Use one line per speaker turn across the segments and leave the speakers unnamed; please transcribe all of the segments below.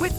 With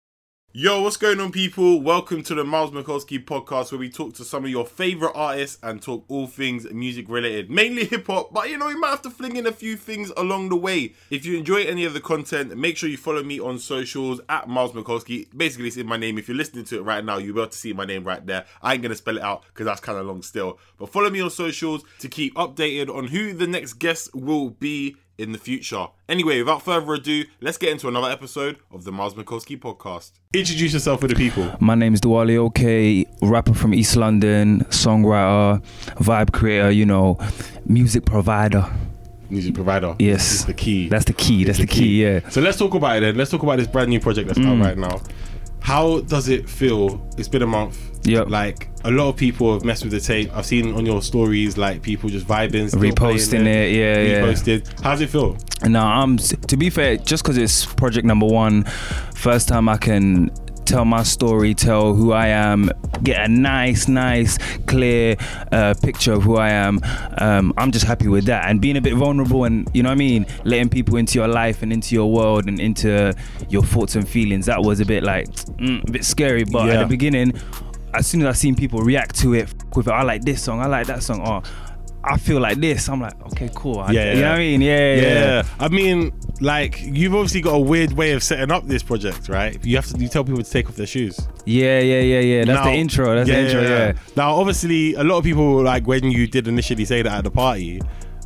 Yo, what's going on, people? Welcome to the Miles Mikulski podcast, where we talk to some of your favorite artists and talk all things music related, mainly hip hop. But you know, we might have to fling in a few things along the way. If you enjoy any of the content, make sure you follow me on socials at Miles Mikulski. Basically, it's in my name. If you're listening to it right now, you'll be able to see my name right there. I ain't gonna spell it out because that's kind of long still. But follow me on socials to keep updated on who the next guest will be in the future. Anyway, without further ado, let's get into another episode of the Miles Mikulski podcast. Introduce yourself to the people.
My name is Duale OK, rapper from East London, songwriter, vibe creator, you know, music provider.
Music provider.
Yes.
Is the key.
That's the key. That's the key. yeah.
So let's talk about it then. Let's talk about this brand new project that's
Mm.
out right now. How does it feel? It's been a month.
Yep.
Like a lot of people have messed with the tape. I've seen on your stories like people just vibing, still
Reposting
playing
it, yeah, yeah.
reposted. How's it feel?
Now, I'm to be fair, just because it's project number one, first time I can tell my story, tell who I am, get a nice, nice, clear uh, picture of who I am. Um, I'm just happy with that and being a bit vulnerable and you know what I mean, letting people into your life and into your world and into your thoughts and feelings. That was a bit like mm, a bit scary, but at
Yeah.
the beginning, as soon as I seen people react to it, f- with it, I like this song, I like that song, or. I feel like this. I'm like, okay, cool. I,
Yeah,
you know what I mean? Yeah, yeah. yeah.
yeah. I mean, like you've obviously got a weird way of setting up this project, right? You have to you tell people to take off their shoes.
Yeah, yeah, yeah, yeah. That's
Now-
the intro. That's the intro. Yeah.
Now, obviously, a lot of people like when you did initially say that at the party,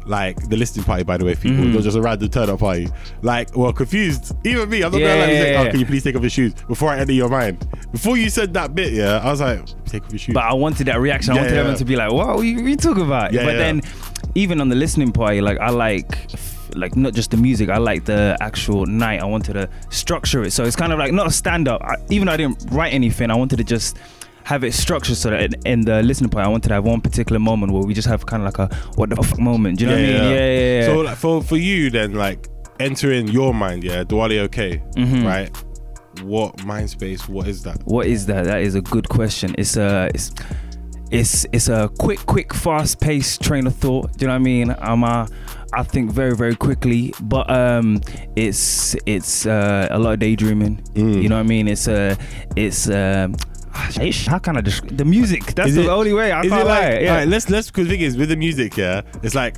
like the listening party, by the way, people,
Mm-hmm.
it was just a random turn up party. Like, well, confused. Even me, I'm not gonna lie.
Yeah,
He's
yeah,
like, oh,
yeah.
can you please take off your shoes before I enter your mind? Before you said that bit, yeah, I was like, take off your shoes.
But I wanted that reaction. I
Yeah,
wanted
yeah.
everyone to be like, "What are you, what you talking about?"
Yeah,
but
yeah.
then, even on the listening party, like I like, f- like not just the music. I like the actual night. I wanted to structure it, so it's kind of like not a stand up. I, even though I didn't write anything, I wanted to just have it structured so that in, in the listening party, I wanted to have one particular moment where we just have kind of like a what the fuck moment. Do you know what I mean? Yeah, yeah, yeah.
So like, for for you then, like entering your mind, yeah, Duale okay,
Mm-hmm.
right? What mind space? What is that?
What is that? That is a good question. It's a it's it's it's a quick, quick, fast-paced train of thought. Do you know what I mean? I'm a, I think very, very quickly, but um, it's it's uh, a lot of daydreaming.
Mm.
You know what I mean? It's a it's um, how can I describe the music? That's
Is
the
it-
only way. I
is
can't
it like,
lie. Yeah.
alright, let's let's because the thing is with the music, yeah, it's like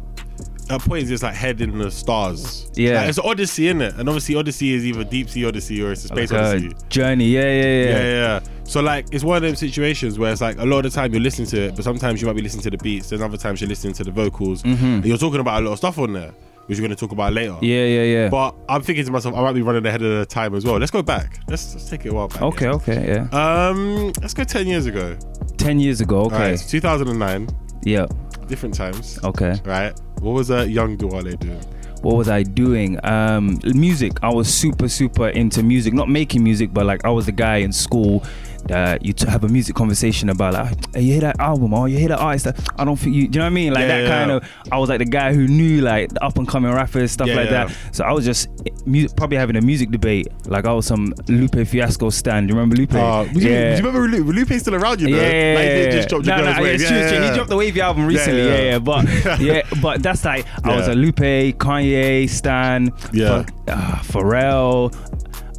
at points it's like head in the stars.
Yeah.
Like, it's Odyssey, in it? And obviously Odyssey is either deep sea Odyssey or it's a space
Like a
Odyssey.
uh, journey. Yeah, yeah, yeah.
Yeah, yeah, yeah. So like it's one of those situations where it's like a lot of the time you're listening to it, but sometimes you might be listening to the beats, then other times you're listening to the vocals, and you're talking about a lot of stuff on there, which we're gonna talk about later.
Mm-hmm. Yeah, yeah, yeah.
But I'm thinking to myself, I might be running ahead of the time as well. Let's go back. Let's, let's take it a while back.
okay,
yeah.
okay, yeah.
Um, let's go ten years ago.
Ten years ago. Okay.
All right, it's 2009.
Yeah.
Different times.
Okay.
Right. What was a young Duale doing?
what was I doing? Um, music. I was super, super into music. Not making music, but like I was the guy in school that you to have a music conversation about. Like, hey, you hear that album? Oh, you hear that artist? That I don't think you. Do you know what I mean? Like
Yeah,
that
yeah,
kind
yeah.
of. I was like the guy who knew like the up and coming rappers, stuff
Yeah,
like
yeah.
that. So I was just mu- probably having a music debate. Like I was some Lupe Fiasco stand. Do you remember Lupe?
Uh, do, you, do you remember Lupe? Lupe's still around, you know?
Yeah, yeah,
Like,
yeah,
he
yeah.
just dropped the
No, no,
girl's
yeah,
wave.
it's true, it's true. He dropped the Wavy album recently. Yeah,
yeah.
yeah, but yeah, but that's like I was
Yeah.
a Lupe, Kanye, Stan,
Yeah.
Ph- uh, Pharrell,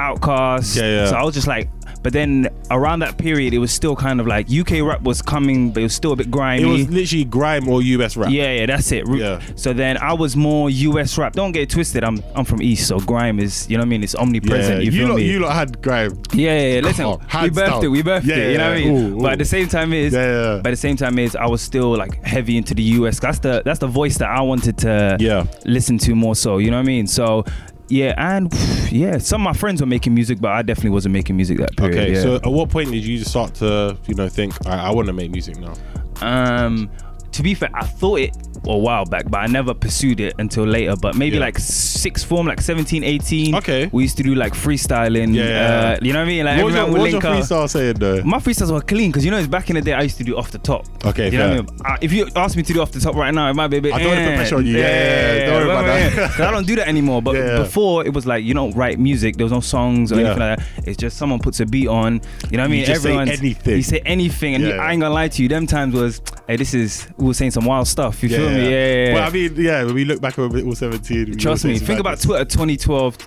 Outkast.
Yeah, yeah.
So I was just like. But then around that period, it was still kind of like UK rap was coming, but it was still a bit grimy.
It was literally grime or US rap.
Yeah, yeah, that's it. Ru-
Yeah.
So then I was more US rap. Don't get it twisted. I'm I'm from East, so grime is you know what I mean. It's omnipresent. You,
you,
feel
lot,
me?
you lot had grime.
Yeah, yeah, yeah. Listen,
Oh,
we
hands
birthed
down.
it, we birthed
Yeah,
it. You know what I
yeah,
mean?
ooh,
But
ooh.
at the same time is,
Yeah, yeah.
but at the same time is, I was still like heavy into the US. That's the that's the voice that I wanted to
Yeah.
listen to more. So you know what I mean? So yeah, and yeah, some of my friends were making music, but I definitely wasn't making music that period.
Okay,
yeah.
so at what point did you just start to, you know, think, all right, I want to make music now?
um, to be fair, I thought it a while back, but I never pursued it until later. But maybe
Yeah.
like sixth form, like 17, 18.
Okay.
We used to do like freestyling.
Yeah.
Uh, you know what I mean? Like
what was your, what
everyone
was
would
your
link up.
freestyle saying though?
My freestyles were clean because you know it's back in the day I used to do off the top.
Okay,
you know
fair.
what I mean? Uh, if you ask me to do off the top right now, it might be a bit.
I don't wanna put
eh,
pressure on you. Yeah, yeah, yeah. Don't worry about
but-
that.
'cause I don't do that anymore. But
Yeah.
before it was like you don't write music. There was no songs or
Yeah.
anything like that. It's just someone puts a beat on. You know what I mean?
just say
Everyone's-
anything.
You say anything, and you-
Yeah.
I ain't gonna lie to you. Them times was, hey, this is we were saying some wild stuff. You feel me? Yeah. yeah, yeah.
Well, I mean, yeah. When we look back over all seventeen, we
Trust
all
me.
say
Think about
madness.
Twitter 2012.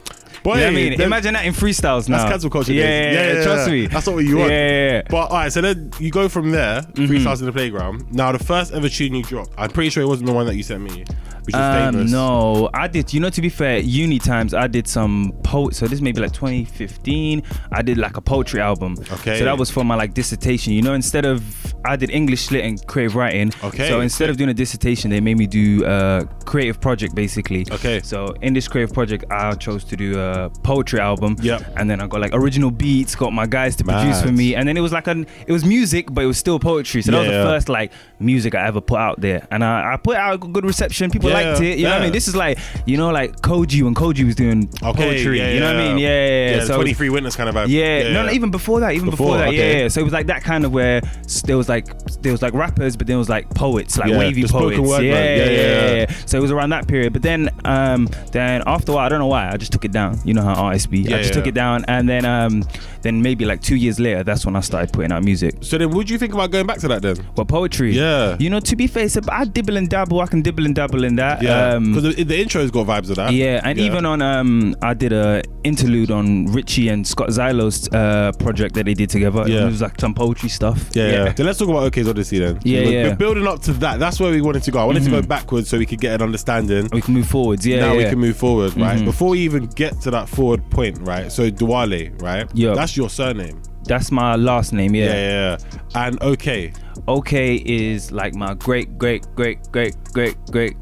Boy,
you know what I mean?
them-
Imagine that in freestyles now.
That's cancel culture.
Ah. Yeah,
days.
yeah, yeah, Trust me.
That's not what you want.
Yeah, yeah, Mm-hmm. yeah.
But all right, so then you go from there, freestyles in the playground. Now, the first ever tune you dropped, I'm pretty sure it wasn't the one that you sent me, which was
Um,
famous.
no, I did. You know, to be fair, uni times I did some poet. So this may be like 2015. I did like a poetry album.
Okay.
So that was for my like dissertation. You know, instead of I did English lit and creative writing.
Okay.
So instead of doing a dissertation, they made me do a creative project basically.
Okay.
So in this creative project, I chose to do a poetry album.
Yep.
And then I got like original beats, got my guys to produce
Mad.
for me, and then it was like an it was music, but it was still poetry. So that was
Yeah.
the first like music I ever put out there, and I, I put out good reception. People
Yeah,
liked it. You know what I
yeah.
mean? This is like, you know, like Koji when Koji was doing
Okay,
poetry.
yeah,
you know what I
yeah.
mean? Yeah, yeah, yeah.
Yeah,
so it was-
23 witness kind of vibe.
yeah, no, no, even before that, even before,
Before,
that,
okay.
yeah, yeah. So it was like that kind of where s- there was like there was like rappers, but then it was like poets, like
Yeah,
wavy
the
poets.
spoken word,
yeah,
man.
yeah,
Yeah,
yeah,
yeah,
yeah,
yeah.
So it was around that period. But then, um, then after a while, I don't know why, I just took it down. You know how artists be. I
Yeah,
just
yeah.
took it down, and then, um, then maybe like two years later, that's when I started putting out music.
So then, would you think about going back to that then?
But poetry,
Yeah.
You know, to be fair, it's ab- I dibble and dabble. I can dibble and dabble in that.
Yeah,
Um,
because the, the intro's got vibes of that.
yeah, and even on um, I did a interlude on Richie and Scott Zylo's uh, project that they did together.
Yeah.
it was like some poetry stuff.
Yeah, yeah. Then let's talk about OK's Odyssey then.
Yeah,
we're,
yeah. Mm-hmm.
we're building up to that. That's where we wanted to go. I wanted to go backwards so we could get an understanding.
we can move forwards. Yeah,
now
yeah. Mm-hmm.
we can move forward, right? Before we even get to that forward point, right? So Duale, right?
Yeah.
That's your surname.
That's my last name. Yeah.
Yeah, yeah, yeah. And okay.
Okay is like my great great great great great great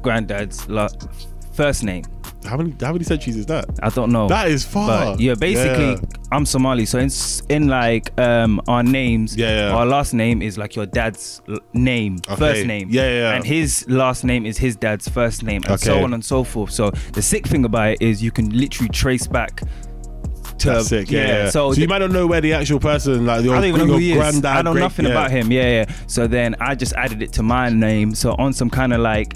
granddad's la- first name.
How many how many centuries is that?
I don't know.
That is far.
But yeah, basically,
Yeah.
I'm Somali, so in s- in like um our names,
Yeah, yeah.
our last name is like your dad's l- name, first
Okay.
name,
Yeah, yeah, yeah.
and his last name is his dad's first name, and so
Okay.
on and so forth. So the sick thing about it is you can literally trace back to
That's sick. Yeah. yeah.
So,
So,
the-
you might not know where the actual person, like your,
I don't even know
your
who he is.
granddad.
I know
great-
nothing
yeah.
about him. Yeah, yeah. So then I just added it to my name. So on some kind of like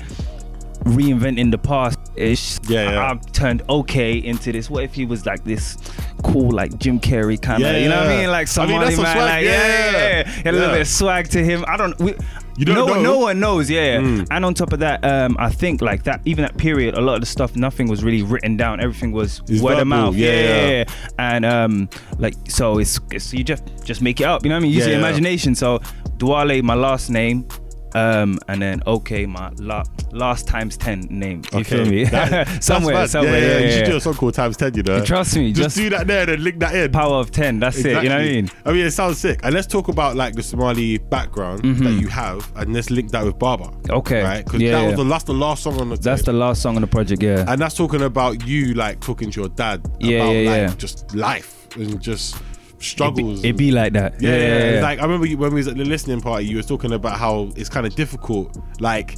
reinventing the past ish.
Yeah, yeah.
I've turned okay into this. What if he was like this cool, like Jim Carrey kind of,
Yeah,
you know what I
yeah.
mean? Like
I
Somali
mean, that's some
man,
swag.
like yeah, yeah,
Yeah,
yeah. He had a little
yeah.
bit of swag to him. I don't. We,
You don't
no,
know. Hmm.
no one knows, yeah. And on top of that, um, I think like that, even that period, a lot of the stuff, nothing was really written down. Everything was
It's
word of
verbal.
mouth,
Yeah, yeah.
yeah and um like so it's, it's you just just make it up you know what i mean use
Yeah,
your
yeah.
imagination so duale my last name um and then okay my la- last times 10 name you feel me
That- that's
somewhere
mad.
somewhere
Yeah, yeah,
yeah,
You should
yeah.
do a song called Times Ten. You know.
Trust me,
Just,
just-
do that there and then link that in.
power of 10 that's it you know what i mean
Exactly. I mean, it sounds sick. And let's talk about like the Somali background that you have, and let's link that with Baba.
Mm-hmm. Okay.
Right? Because
Yeah,
that
yeah.
was the last, the last song on the.
that's
tape.
the last song on the project yeah
And that's talking about you like talking to your dad
Yeah,
about
yeah,
like
yeah.
just life and just
it be,
struggles.
it be like that
Yeah,
yeah,
yeah,
yeah,
it's
yeah.
Like I remember you, when we was at the listening party, you were talking about how it's kind of difficult, like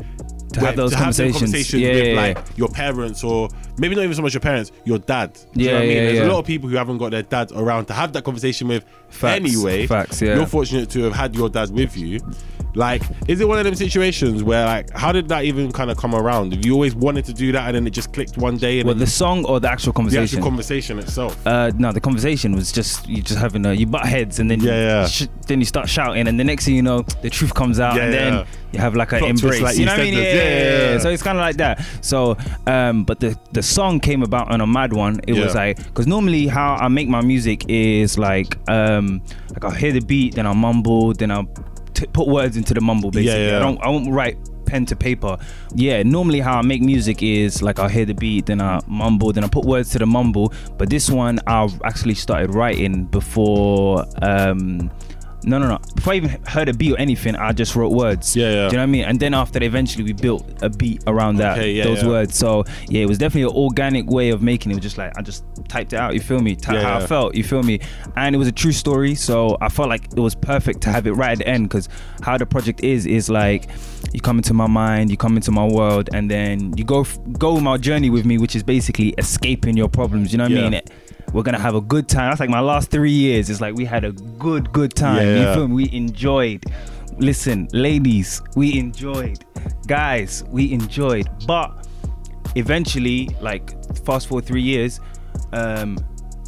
To have those conversations.
conversations
Yeah,
with
yeah,
like
yeah.
your parents or maybe not even so much your parents, your dad. Do you
Yeah,
know what I mean?
yeah,
There's
yeah.
a lot of people who haven't got their dads around to have that conversation with.
Facts,
anyway,
facts, yeah.
You're fortunate to have had your dad with you. Like, is it one of them situations where like, how did that even kind of come around? Have you always wanted to do that, and then it just clicked one day, and
well
then
the song or the actual
the
conversation
actual conversation itself?
uh, no, the conversation was just you just having a you butt heads and then you
Yeah, yeah.
Sh- then you start shouting and the next thing you know the truth comes out
Yeah,
and then
yeah.
you have like an
Plot twist,
embrace.
like
you know what I mean? Yeah,
EastEnders.
yeah,
Yeah,
yeah,
yeah, yeah.
So it's kind of like that. So, um, but the the song came about on a mad one. It was
Yeah.
like because normally how I make my music is like um like I'll hear the beat then I'll mumble then I'll t- put words into the mumble basically.
yeah.
I don't I won't write pen to paper. Yeah, normally how I make music is like I'll hear the beat, then I mumble, then I put words to the mumble. But this one I actually started writing before um no, no, no. Before I even heard a beat or anything, I just wrote words.
Yeah, yeah.
Do you know what I mean? And then after, that, eventually, we built a beat around that,
Okay, yeah,
those
yeah.
words. So yeah, it was definitely an organic way of making it. It was just like I just typed it out. You feel me? Ty-
Yeah,
how
yeah.
I felt. You feel me? And it was a true story, so I felt like it was perfect to have it right at the end because how the project is is like you come into my mind, you come into my world, and then you go f- go my journey with me, which is basically escaping your problems. You know what
Yeah.
I mean? We're gonna have a good time. That's like my last three years. It's like we had a good, good time.
Yeah.
You feel me? We enjoyed. Listen, ladies, we enjoyed. Guys, we enjoyed. But eventually, like fast forward three years, um,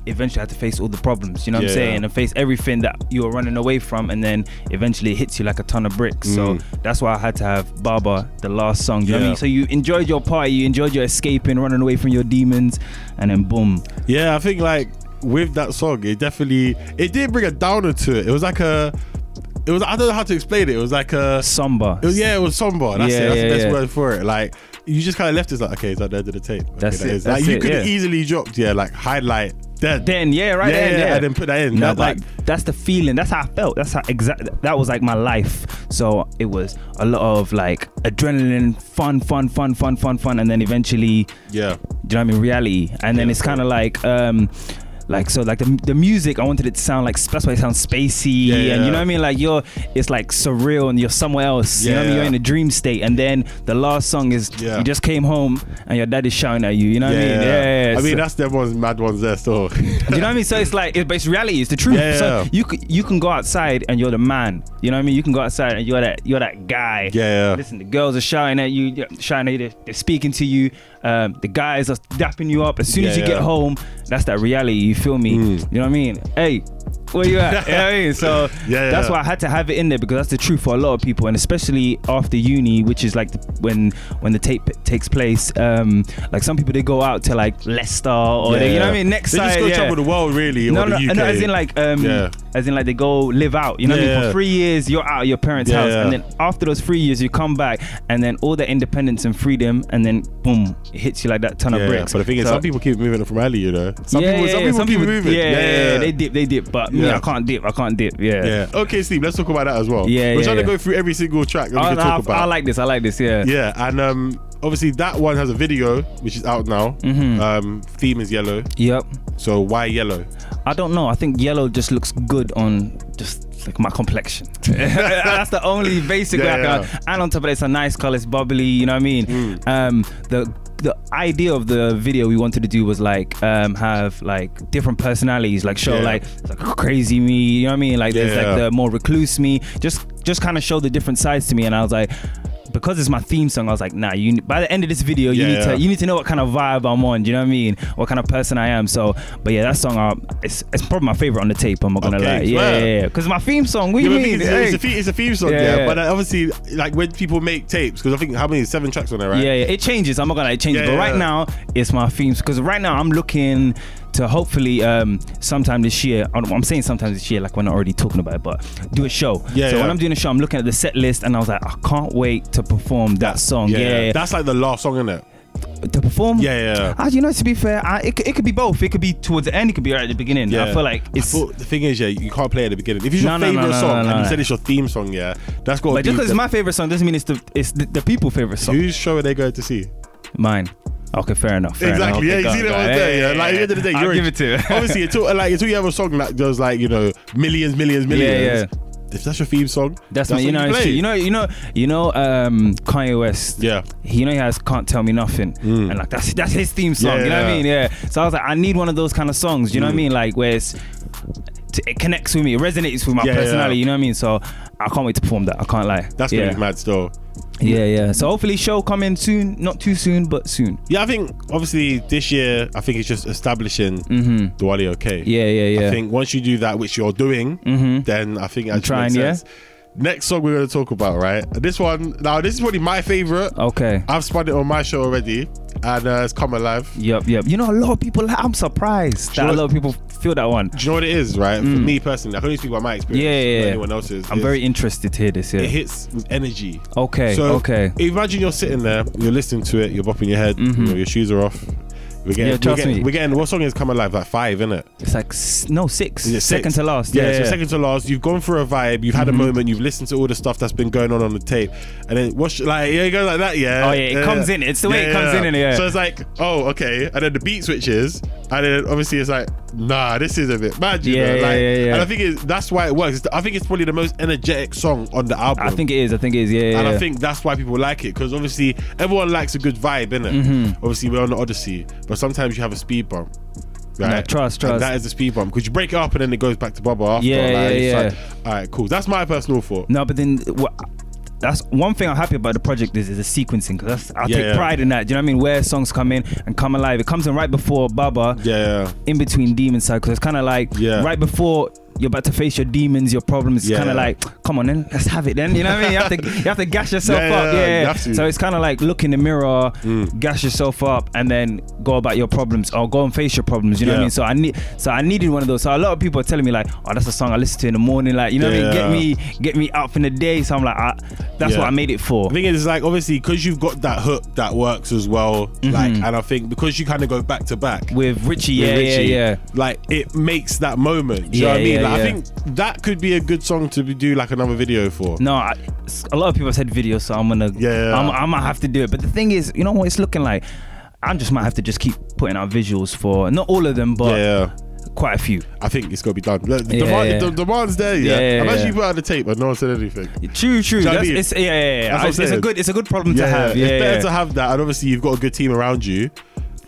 eventually I had to face all the problems. You know what
Yeah.
I'm saying? And face everything that you were running away from, and then eventually it hits you like a ton of bricks. So that's why I had to have Baba, the last song. You know what I
Mm. Yeah.
mean? So you enjoyed your party, you enjoyed your escaping, running away from your demons, and then boom.
Yeah, I think like with that song, it definitely it did bring a downer to it. It was like a, it was I don't know how to explain it. It was like a
Samba.
It was- Oh, yeah, it was somber. That's
Yeah,
it. That's
yeah,
the best
yeah.
word for it. Like you just kind of left it like, okay, is that the end of the tape? Okay,
That's
that
it,
is.
that's
like you
it,
could have
yeah.
easily dropped, yeah, like highlight then.
Then yeah, right
Yeah,
there,
yeah,
yeah.
and then put that in.
No,
That,
but
like-
that's the feeling. That's how I felt. That's how exact. That was like my life. So it was a lot of like adrenaline, fun, fun, fun, fun, fun, fun, and then eventually
Yeah.
do you know what I mean? Reality. And then it's kind of like, um, like so, like the, the music. I wanted it to sound like that's why it sounds spacey,
Yeah,
and
yeah.
you know what I mean. Like you're, it's like surreal, and you're somewhere else. you know what I
Yeah.
mean? You're in a dream state, and then the last song is
Yeah.
you just came home, and your dad is shouting at you. You know what I mean? Yeah.
I
so-
mean that's them ones, mad ones there still.
do you know what I mean? So it's like, it, but it's reality. It's the truth.
Yeah,
so
yeah.
you c- you can go outside and you're the man. You know what I mean? You can go outside and you're that you're that guy.
Yeah, yeah.
Listen, the girls are shouting at you, yeah, shouting at you. They're, they're speaking to you. Um, the guys are dapping you up. As soon as
Yeah,
you get
yeah. Mm.
home, that's that reality. You feel me? You know what I mean? Hey. Where you at? You know what I mean? So
Yeah,
that's
yeah.
why I had to have it in there because that's the truth for a lot of people, and especially after uni, which is like the, when when the tape takes place. Um, like some people they go out to like Leicester or Oh, they, you know what I mean. Next
they just
side,
go
yeah.
travel the world really.
No,
or
no,
the UK.
no, as in like, um,
Yeah.
as in like they go live out. You know what I mean?
Yeah.
For three years, you're out of your parents'
Yeah,
house,
yeah.
and then after those three years, you come back, and then all the independence and freedom, and then boom, it hits you like that ton
yeah,
of
yeah.
bricks.
But the thing is,
So-
some people keep moving from Ali, you know. Some
yeah,
people,
yeah,
some
yeah,
people keep moving.
Yeah, yeah, yeah, they dip, they dip. But me,
Yeah.
I can't dip. I can't dip. Yeah.
Yeah. Okay, Steve, let's talk about that as well.
Yeah,
We're
yeah,
trying to
yeah.
go through every single track that we
I,
can talk
I,
about.
I like this. I like this. Yeah.
Yeah, and um, obviously that one has a video which is out now.
Mm-hmm.
Um, theme is yellow,
Yep.
so why yellow?
I don't know. I think yellow just looks good on just like my complexion. That's the only basic
Yeah,
way I
yeah. Mm.
can. And on top of that, it's a nice color. It's bubbly. You know what I mean? Um, the the idea of the video we wanted to do was like um, have like different personalities, like show
Yeah.
like, it's like "Oh, crazy me. You know what I mean? Like there's
Yeah.
like the uh, more recluse me. Just just kind of show the different sides to me. And I was like. Because it's my theme song, I was like, nah. You by the end of this video, you
Yeah,
need
yeah.
to you need to know what kind of vibe I'm on. Do you know what I mean? What kind of person I am. So, but yeah, that song, uh, it's, it's probably my favorite on the tape. I'm not gonna
Okay,
lie. Yeah,
swear.
yeah, yeah. Because my theme song. What do
Yeah, but
you
I think
mean?
It's,
Hey.
it's a theme, it's a theme song, yeah.
Yeah, yeah.
But uh, obviously, like when people make tapes, because I think how many seven tracks on there, right?
Yeah, yeah, it changes. I'm not gonna lie, it changes.
Yeah,
but
yeah,
right
yeah.
now, it's my themes because right now I'm looking to hopefully um sometime this year. I'm I'm saying sometime this year, like we're not already talking about it, but do a show.
Yeah,
So
yeah.
when I'm doing a show, I'm looking at the set list and I was like, I can't wait to perform that song. Yeah, yeah.
That's like the last song in it.
to perform.
Yeah, yeah, yeah.
Ah, you know, to be fair, I, it, could- it could be both. It could be towards the end. It could be right at the beginning.
Yeah.
I feel like
I
it's.
thought- the thing is, yeah, you can't play it at the beginning. If it's your
No, no, no,
favorite
no, no,
song and
no,
you
no.
said it's your theme song, yeah, that's got to
But
be.
just because
the-
it's my favorite song doesn't mean it's the it's the, the people favorite song.
whose show are they going to see?
Mine. Okay, fair enough. fair enough.
Exactly. yeah,
Okay,
you
go on,
see that
go
one
on.
there. Yeah, like
Yeah,
at the
yeah,
end of the day,
yeah.
you're
I'll give it to you.
obviously, until like until you have a song that does like you know millions, millions, millions. If that's your theme song,
That's, my, you
what
know, it's
play.
true. you know, you know, you know, um, Kanye West.
Yeah. Mm.
He, you know, he has "Can't Tell Me Nothing," and like that's that's his theme song.
Yeah,
you know what
yeah. Mm.
I mean? Yeah. So I was like, I need one of those kind of songs. You know what I mean? Like where it's t- it connects with me, it resonates with my
Yeah, yeah.
personality. You know what I mean? So I can't wait to perform that. I can't lie.
That's
yeah.
gonna be mad still.
Yeah, yeah. So hopefully, show coming soon. Not too soon, but soon.
Yeah, I think obviously this year, I think it's just establishing Diwali okay.
Mm-hmm. Yeah, yeah, yeah.
I think once you do that, which you're doing, then I think it actually
trying,
makes
yeah?
sense. Next song we're gonna talk about, right? This one now, this is probably my favorite.
Okay.
I've spun it on my show already, and uh, it's come alive.
Yep, yep. You know, a lot of people. I'm surprised that
know
a
what-
lot of people feel that one.
Do you know what it is, right? For me personally, I can only speak about my experience.
Mm. Yeah, yeah,
not
yeah.
Anyone else's.
I'm
It's-
very interested to hear this. Yeah.
It hits with energy.
Okay,
So
okay. Mm-hmm.
Imagine you're sitting there, you're listening to it, you're bopping your head, you know, your shoes are off, We're getting,
Yeah,
we're,
trust
getting,
me.
we're getting what song is come alive? Like five, isn't it?
It's like s- no six.
Is it
Second
six?
to last.
Yeah,
Yeah, Mm-hmm.
so second to last. You've gone through a vibe. You've had a moment. You've listened to all the stuff that's been going on on the tape, and then what's like? Yeah, you go like that. Yeah.
Oh, yeah, it comes in. It's the way it comes in, innit? Yeah.
So it's like, oh, okay, and then the beat switches, and then obviously it's like, nah, this is a bit mad. You
Yeah,
know?
yeah,
like,
yeah, yeah.
And I think it's, that's why it works. It's the- I think it's probably the most energetic song on the album.
I think it is. I think it is. Yeah, yeah.
And I
yeah.
think that's why people like it because obviously everyone likes a good vibe, innit?
Mm-hmm.
Obviously, we're on the Odyssey, but sometimes you have a speed bump. Right?
Nah, trust,
And
trust.
that is the speed bump because you break it up and then it goes back to Bubba after.
Yeah, yeah,
it's
yeah.
all right, cool. That's my personal thought.
No, but then wha- that's one thing I'm happy about the project is is the sequencing because I
Yeah,
take
yeah.
pride in that. Do you know what I mean? Where songs come in and come alive. It comes in right before Baba.
Yeah, yeah.
In between Demon Cycle, it's kind of like
Yeah.
right before. You're about to face your demons, your problems. It's
Yeah,
kind of
yeah.
like, come on, then let's have it. Then you know what I mean. You have to, you have to gas yourself
Yeah,
up.
yeah,
Yeah.
you have to. Mm.
So it's kind of like look in the mirror, gas yourself up, and then go about your problems or go and face your problems. You know
Yeah.
what I mean? So I need, so I needed one of those. So a lot of people are telling me like, oh, that's a song I listen to in the morning. Like you know what I mean?
Yeah.
Get me get me out from the day. So I'm like, I, that's
Yeah.
what I made it for.
The thing is, it's like obviously because you've got that hook that works as well.
Mm-hmm.
Like, and I think because you kind of go back to back.
With Richie, yeah,
with Richie,
yeah, yeah.
Like it makes that moment. Do you know what I mean?
Yeah, yeah,
like, I
yeah.
think that could be a good song to be- do like another video for.
No, I, s- a lot of people said video, so I'm gonna,
Yeah.
I'm, I might have to do it. But the thing is, you know what it's looking like? I just might have to just keep putting out visuals for not all of them, but
yeah.
quite a few.
I think it's got to be done. Look, the,
Yeah,
demand,
yeah.
the demand's there, yeah.
Yeah, yeah,
I've actually
yeah.
put out the tape, but no one said anything.
True, true.
Do you know what I
That's,
mean?
it's, yeah, yeah, yeah.
That's what I'm
It's, it's a
saying.
good, it's a good problem to have. Yeah,
it's better
yeah.
to have that, and obviously you've got a good team around you.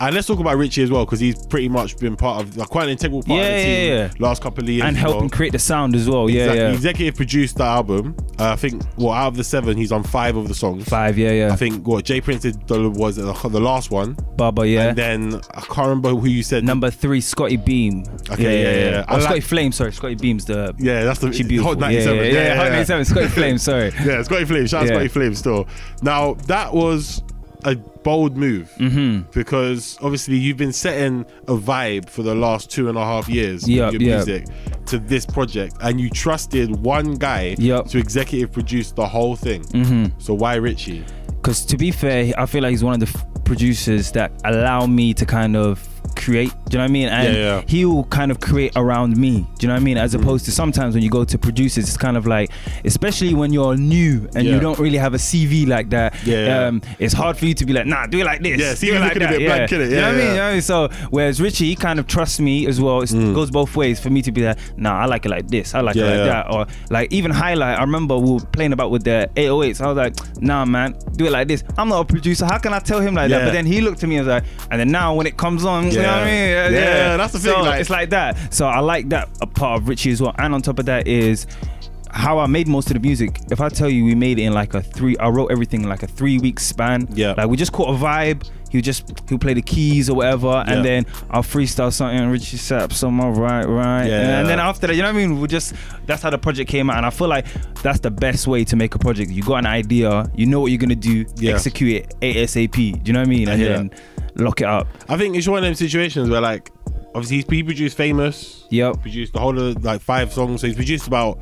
And let's talk about Richie as well, because he's pretty much been part of like, quite an integral part of
Yeah,
the team
yeah, yeah.
last couple of years.
and
as
helping
well.
create the sound as well. Yeah,
Exactly.
yeah.
Executive produced that album. Uh, I think, well, out of the seven, he's on five of the songs.
Five, yeah, yeah.
I think what Jay Prince did the- was the, the last one.
Baba, yeah.
And then I can't remember who you said.
Number three, Scotty Beam.
Okay, yeah, yeah, yeah.
Oh,
I like-
Scotty Flame, sorry. Scotty Beam's the
Yeah, that's the
She beautiful.
Hot
Yeah, yeah,
97.
yeah, yeah, Hot 97, Scotty Flame, sorry.
Yeah, Scotty Flame. Shout out
Yeah.
Scotty Flame still. Now, that was a bold move
Mm-hmm.
because obviously you've been setting a vibe for the last two and a half years with
Yup,
your
yup.
music to this project and you trusted one guy
Yup. Mm-hmm.
to executive produce the whole thing. So why Richie?
because to be fair, I feel like he's one of the f- producers that allow me to kind of create. Do you know what I mean? And
Yeah, Mm. yeah.
he will kind of create around me. Do you know what I mean? As opposed to sometimes when you go to producers, it's kind of like, especially when you're new and
Yeah.
you don't really have a CV like that.
Yeah, yeah.
Um, it's hard for you to be like, nah, do it like this.
Yeah,
do
CV's
it like
looking a
that.
bit blank, innit?
you know
Yeah,
what I mean?
yeah.
You know what I mean? So whereas Richie, he kind of trusts me as well. It's, It goes both ways for me to be like, nah, I like it like this. I like
Mm. Yeah,
it like
yeah.
that or like even highlight. I remember we were playing about with the 808s. I was like, nah, man, do it like this. I'm not a producer. How can I tell him like
Yeah.
that? But then he looked at me and was like, and then now when it comes on, you know what I
Yeah.
mean?
Yeah, that's the thing,
So
like-
it's like that. So I like that a part of Richie as well. And on top of that is how I made most of the music. If I tell you we made it in like a three, I wrote everything in like a three week span.
Yeah.
Like we just caught a vibe. He would just he'll play the keys or whatever,
Yeah.
and then I'll freestyle something. And Richie Sapp, some all right, right,
Yeah.
and then after that, you know what I mean? We just that's how the project came out, and I feel like that's the best way to make a project. You got an idea, you know what you're gonna do,
Yeah.
execute it ASAP. Do you know what I mean? And
hear
then lock it up.
I think it's one of them situations where like obviously he's he produced famous.
Yep.
Produced the whole of like five songs. So he's produced about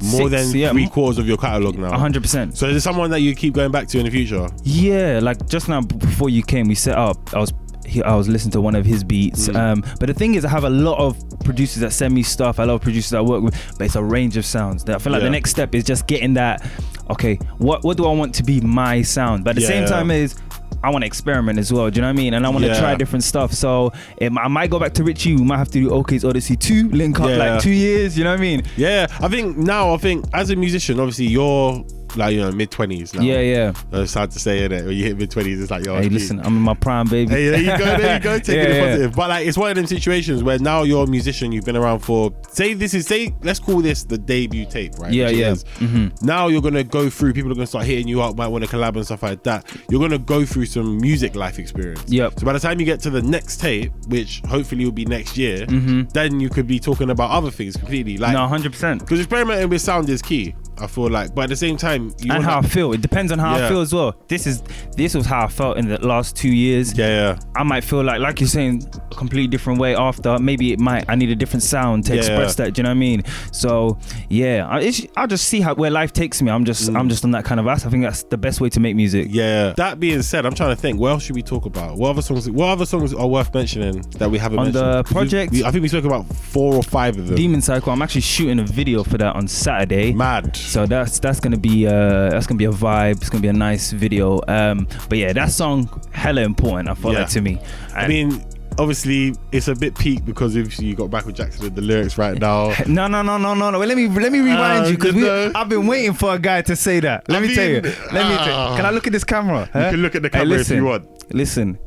more
Six,
than
yeah.
three quarters of your catalogue now.
100%.
So is it someone that you keep going back to in the future?
Yeah, like just now b- before you came, we set up. I was he, I was listening to one of his beats.
Mm.
Um, but the thing is, I have a lot of producers that send me stuff. I love producers I work with, but it's a range of sounds. That I feel like
Yeah.
the next step is just getting that. Okay, what what do I want to be my sound? But at the same
Yeah.
time is. I want to experiment as well. Do you know what I mean? And I want to
Yeah.
try different stuff. So um, I might go back to Richie. We might have to do OK's Odyssey 2, link up
Yeah.
like two years. You know what I mean?
Yeah, I think now I think as a musician, obviously you're like you know mid twenties now.
Yeah, yeah.
Uh, It's hard to say in it when you hit mid twenties. It's like yo.
Hey,
it's
listen,
me.
I'm in my prime, baby.
Hey, there you go. There you go. Taking
Yeah,
it
yeah.
positive. But like, it's one of them situations where now you're a musician. You've been around for say this is say let's call this the debut tape, right?
Yeah,
Which it
yeah. Mm-hmm.
is. Now you're gonna go through. People are gonna start hitting you up. Might want to collab and stuff like that. You're gonna go through some music life experience.
Yep.
So by the time you get to the next tape, which hopefully will be next year,
Mm-hmm.
then you could be talking about other things completely. Like
No, 100%.
because experimenting with sound is key. I feel like, but at the same time, you
and
wanna-
how I feel. It depends on how
Yeah.
I feel as well. This is this was how I felt in the last two years.
Yeah, yeah.
I might feel like, like you're saying, a completely different way after. Maybe it might. I need a different sound to
Yeah,
express
yeah.
that. Do you know what I mean? So yeah, I, it's, I'll just see how where life takes me. I'm just, I'm just on that kind of ass. I think that's the best way to make music.
Mm. Yeah. That being said, I'm trying to think. What else should we talk about? What other songs? What other songs are worth mentioning that we haven't
On
mentioned?
the
'Cause we-
project-
we- I think we spoke about four or five of them.
Demon Cycle. I'm actually shooting a video for that on Saturday.
Mad.
So that's that's gonna be uh that's gonna be a vibe. It's gonna be a nice video. Um, but yeah, that song hella important. I feel
Yeah.
like to me.
I
And-
mean, obviously, it's a bit peak because obviously you got Michael Jackson with the lyrics right now.
No, no, no, no, no, no. Let me let me rewind
Uh,
you because
no.
I've been waiting for a guy to say that. Let
I
me tell you.
mean,
Let me. tell
ah.
you. Can I look at this camera?
You
huh?
can look at the
Hey,
camera if
listen,
you want.
Listen,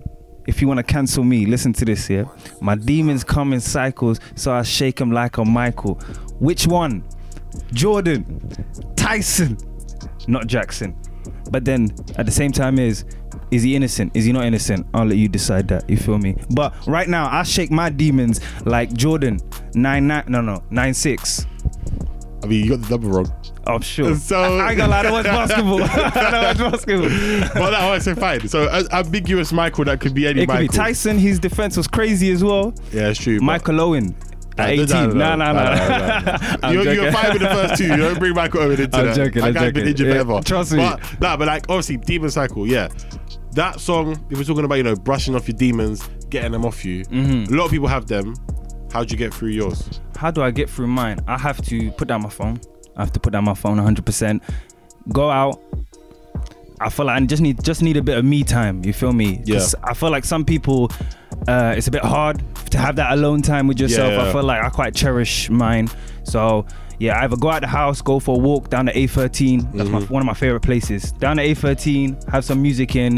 if you want to cancel me, listen to this here. My demons come in cycles, so I shake them like a Michael. Which one? Jordan, Tyson, not Jackson. But then at the same time is is he innocent? Is he not innocent? I'll let you decide that. You feel me? But right now I shake my demons like Jordan nine nine no no nine six.
I mean, you got the double wrong.
I'm sure.
So-
I, I ain't gonna lie, I don't watch basketball. I don't watch basketball.
But that was so fine. So as ambiguous Michael, that could be any
It could
Michael.
be Tyson. His defense was crazy as well.
Yeah, it's true. but-
Michael Owen at 18. Nah, nah,
uh,
nah. I'm
You're, you're
joking.
fine with the first two. You don't bring Michael Owen into
I'm
that.
joking,
That
I'm
guy's been
joking.
injured
Yeah,
forever.
trust me.
But, nah, but like, obviously, Demon Cycle, yeah. That song, if we're talking about, you know, brushing off your demons, getting them off you,
Mm-hmm.
a lot of people have them. How'd you get through yours?
How do I get through mine? I have to put down my phone. I have to put down my phone 100%. Go out. I feel like I just need just need a bit of me time. You feel me? 'Cause I feel like some people, uh, it's a bit hard to have that alone time with yourself.
Yeah.
I feel like I quite cherish mine. So yeah, I either go out the house, go for a walk down the A13. That's
Mm-hmm.
my, one of my favorite places. Down the A13, have some music in.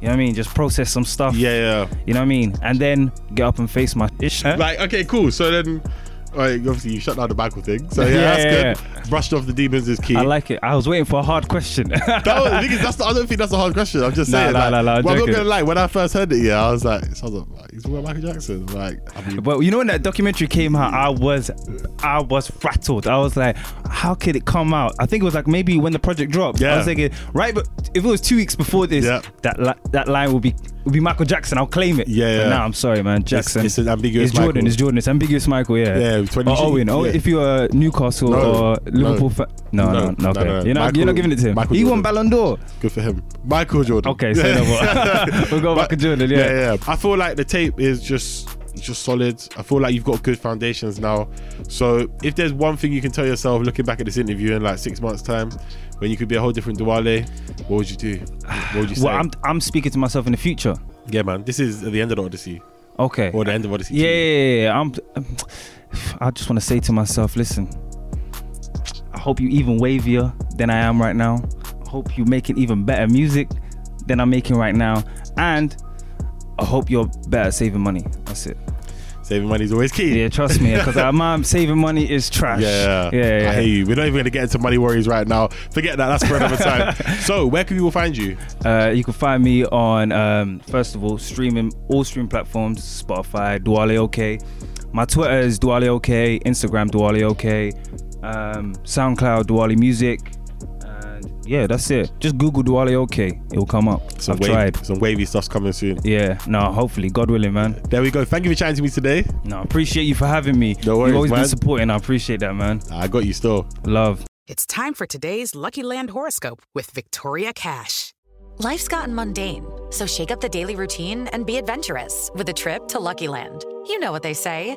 You know what I mean? Just process some stuff.
Yeah, yeah.
You know what I mean? And then get up and face my ish.
Like, okay, cool. So then, all right, obviously, you shut down the Michael thing. So yeah,
Yeah,
that's
yeah,
good. Brushed off the demons is key.
I like it. I was waiting for a hard question.
That was, the thing is, that's the, I don't think that's a hard question. I'm just
Nah,
saying.
nah,
like,
nah, nah, I'm
well, I'm not
joking.
gonna lie. When I first heard it, yeah, I was like, it sounds like he's talking about Michael Jackson. Like, I mean,
but you know when that documentary came out, I was I was rattled. I was like, how could it come out? I think it was like maybe when the project dropped. I
Yeah.
was thinking, right, but if it was two weeks before this,
Yeah.
that li- that line will be will be Michael Jackson. I'll claim it.
Yeah, yeah.
But nah, I'm sorry, man. Jackson.
it's an ambiguous
It's Jordan.
Michael.
It's Jordan. It's ambiguous Michael. Yeah.
Yeah, 20
Or Owen. Oh,
yeah.
if you're a Newcastle
No,
or
no,
Liverpool fan. No,
no,
no, no.
no,
Okay.
no.
You're, not,
Michael-
you're not giving it to him.
Michael
he won
Jordan.
Ballon d'Or.
good for him. Michael Jordan.
Okay, so no more. we'll go back to Jordan. Yeah.
yeah, yeah. I feel like the tape is just just solid. I feel like you've got good foundations now. So if there's one thing you can tell yourself looking back at this interview in like six months' time, when you could be a whole different Duale, what would you do? What would you say?
Well, I'm I'm speaking to myself in the future.
yeah, man. This is the end of the Odyssey.
Okay.
Or the end of Odyssey.
yeah,
two.
yeah, yeah, I'm. I just want to say to myself, listen. I hope you even wavier than I am right now. I hope you make it even better music than I'm making right now, and I hope you're better at saving money. That's it.
Saving money is always key.
Yeah, trust me, because my saving money is trash.
Yeah,
yeah, yeah.
I hear you. We're not even going to get into money worries right now. Forget that. That's for another time. So, where can people find you?
Uh, you can find me on um, first of all streaming all stream platforms: Spotify, Duale OK. My Twitter is Duale OK, Instagram Duale OK, um, SoundCloud Duale Music, and yeah, that's it. Just Google Duale OK, it will come up. I've
wavy,
tried.
Some wavy stuff's coming soon.
Yeah, no, hopefully, God willing, man.
There we go. Thank you for chatting to me today.
No, I appreciate you for having me.
No worries,
You've always
man.
been supporting. I appreciate that, man.
I got you still.
Love.
It's time for today's Lucky Land horoscope with Victoria Cash.
Life's gotten mundane, so shake up the daily routine and be adventurous with a trip to Lucky Land. You know what they say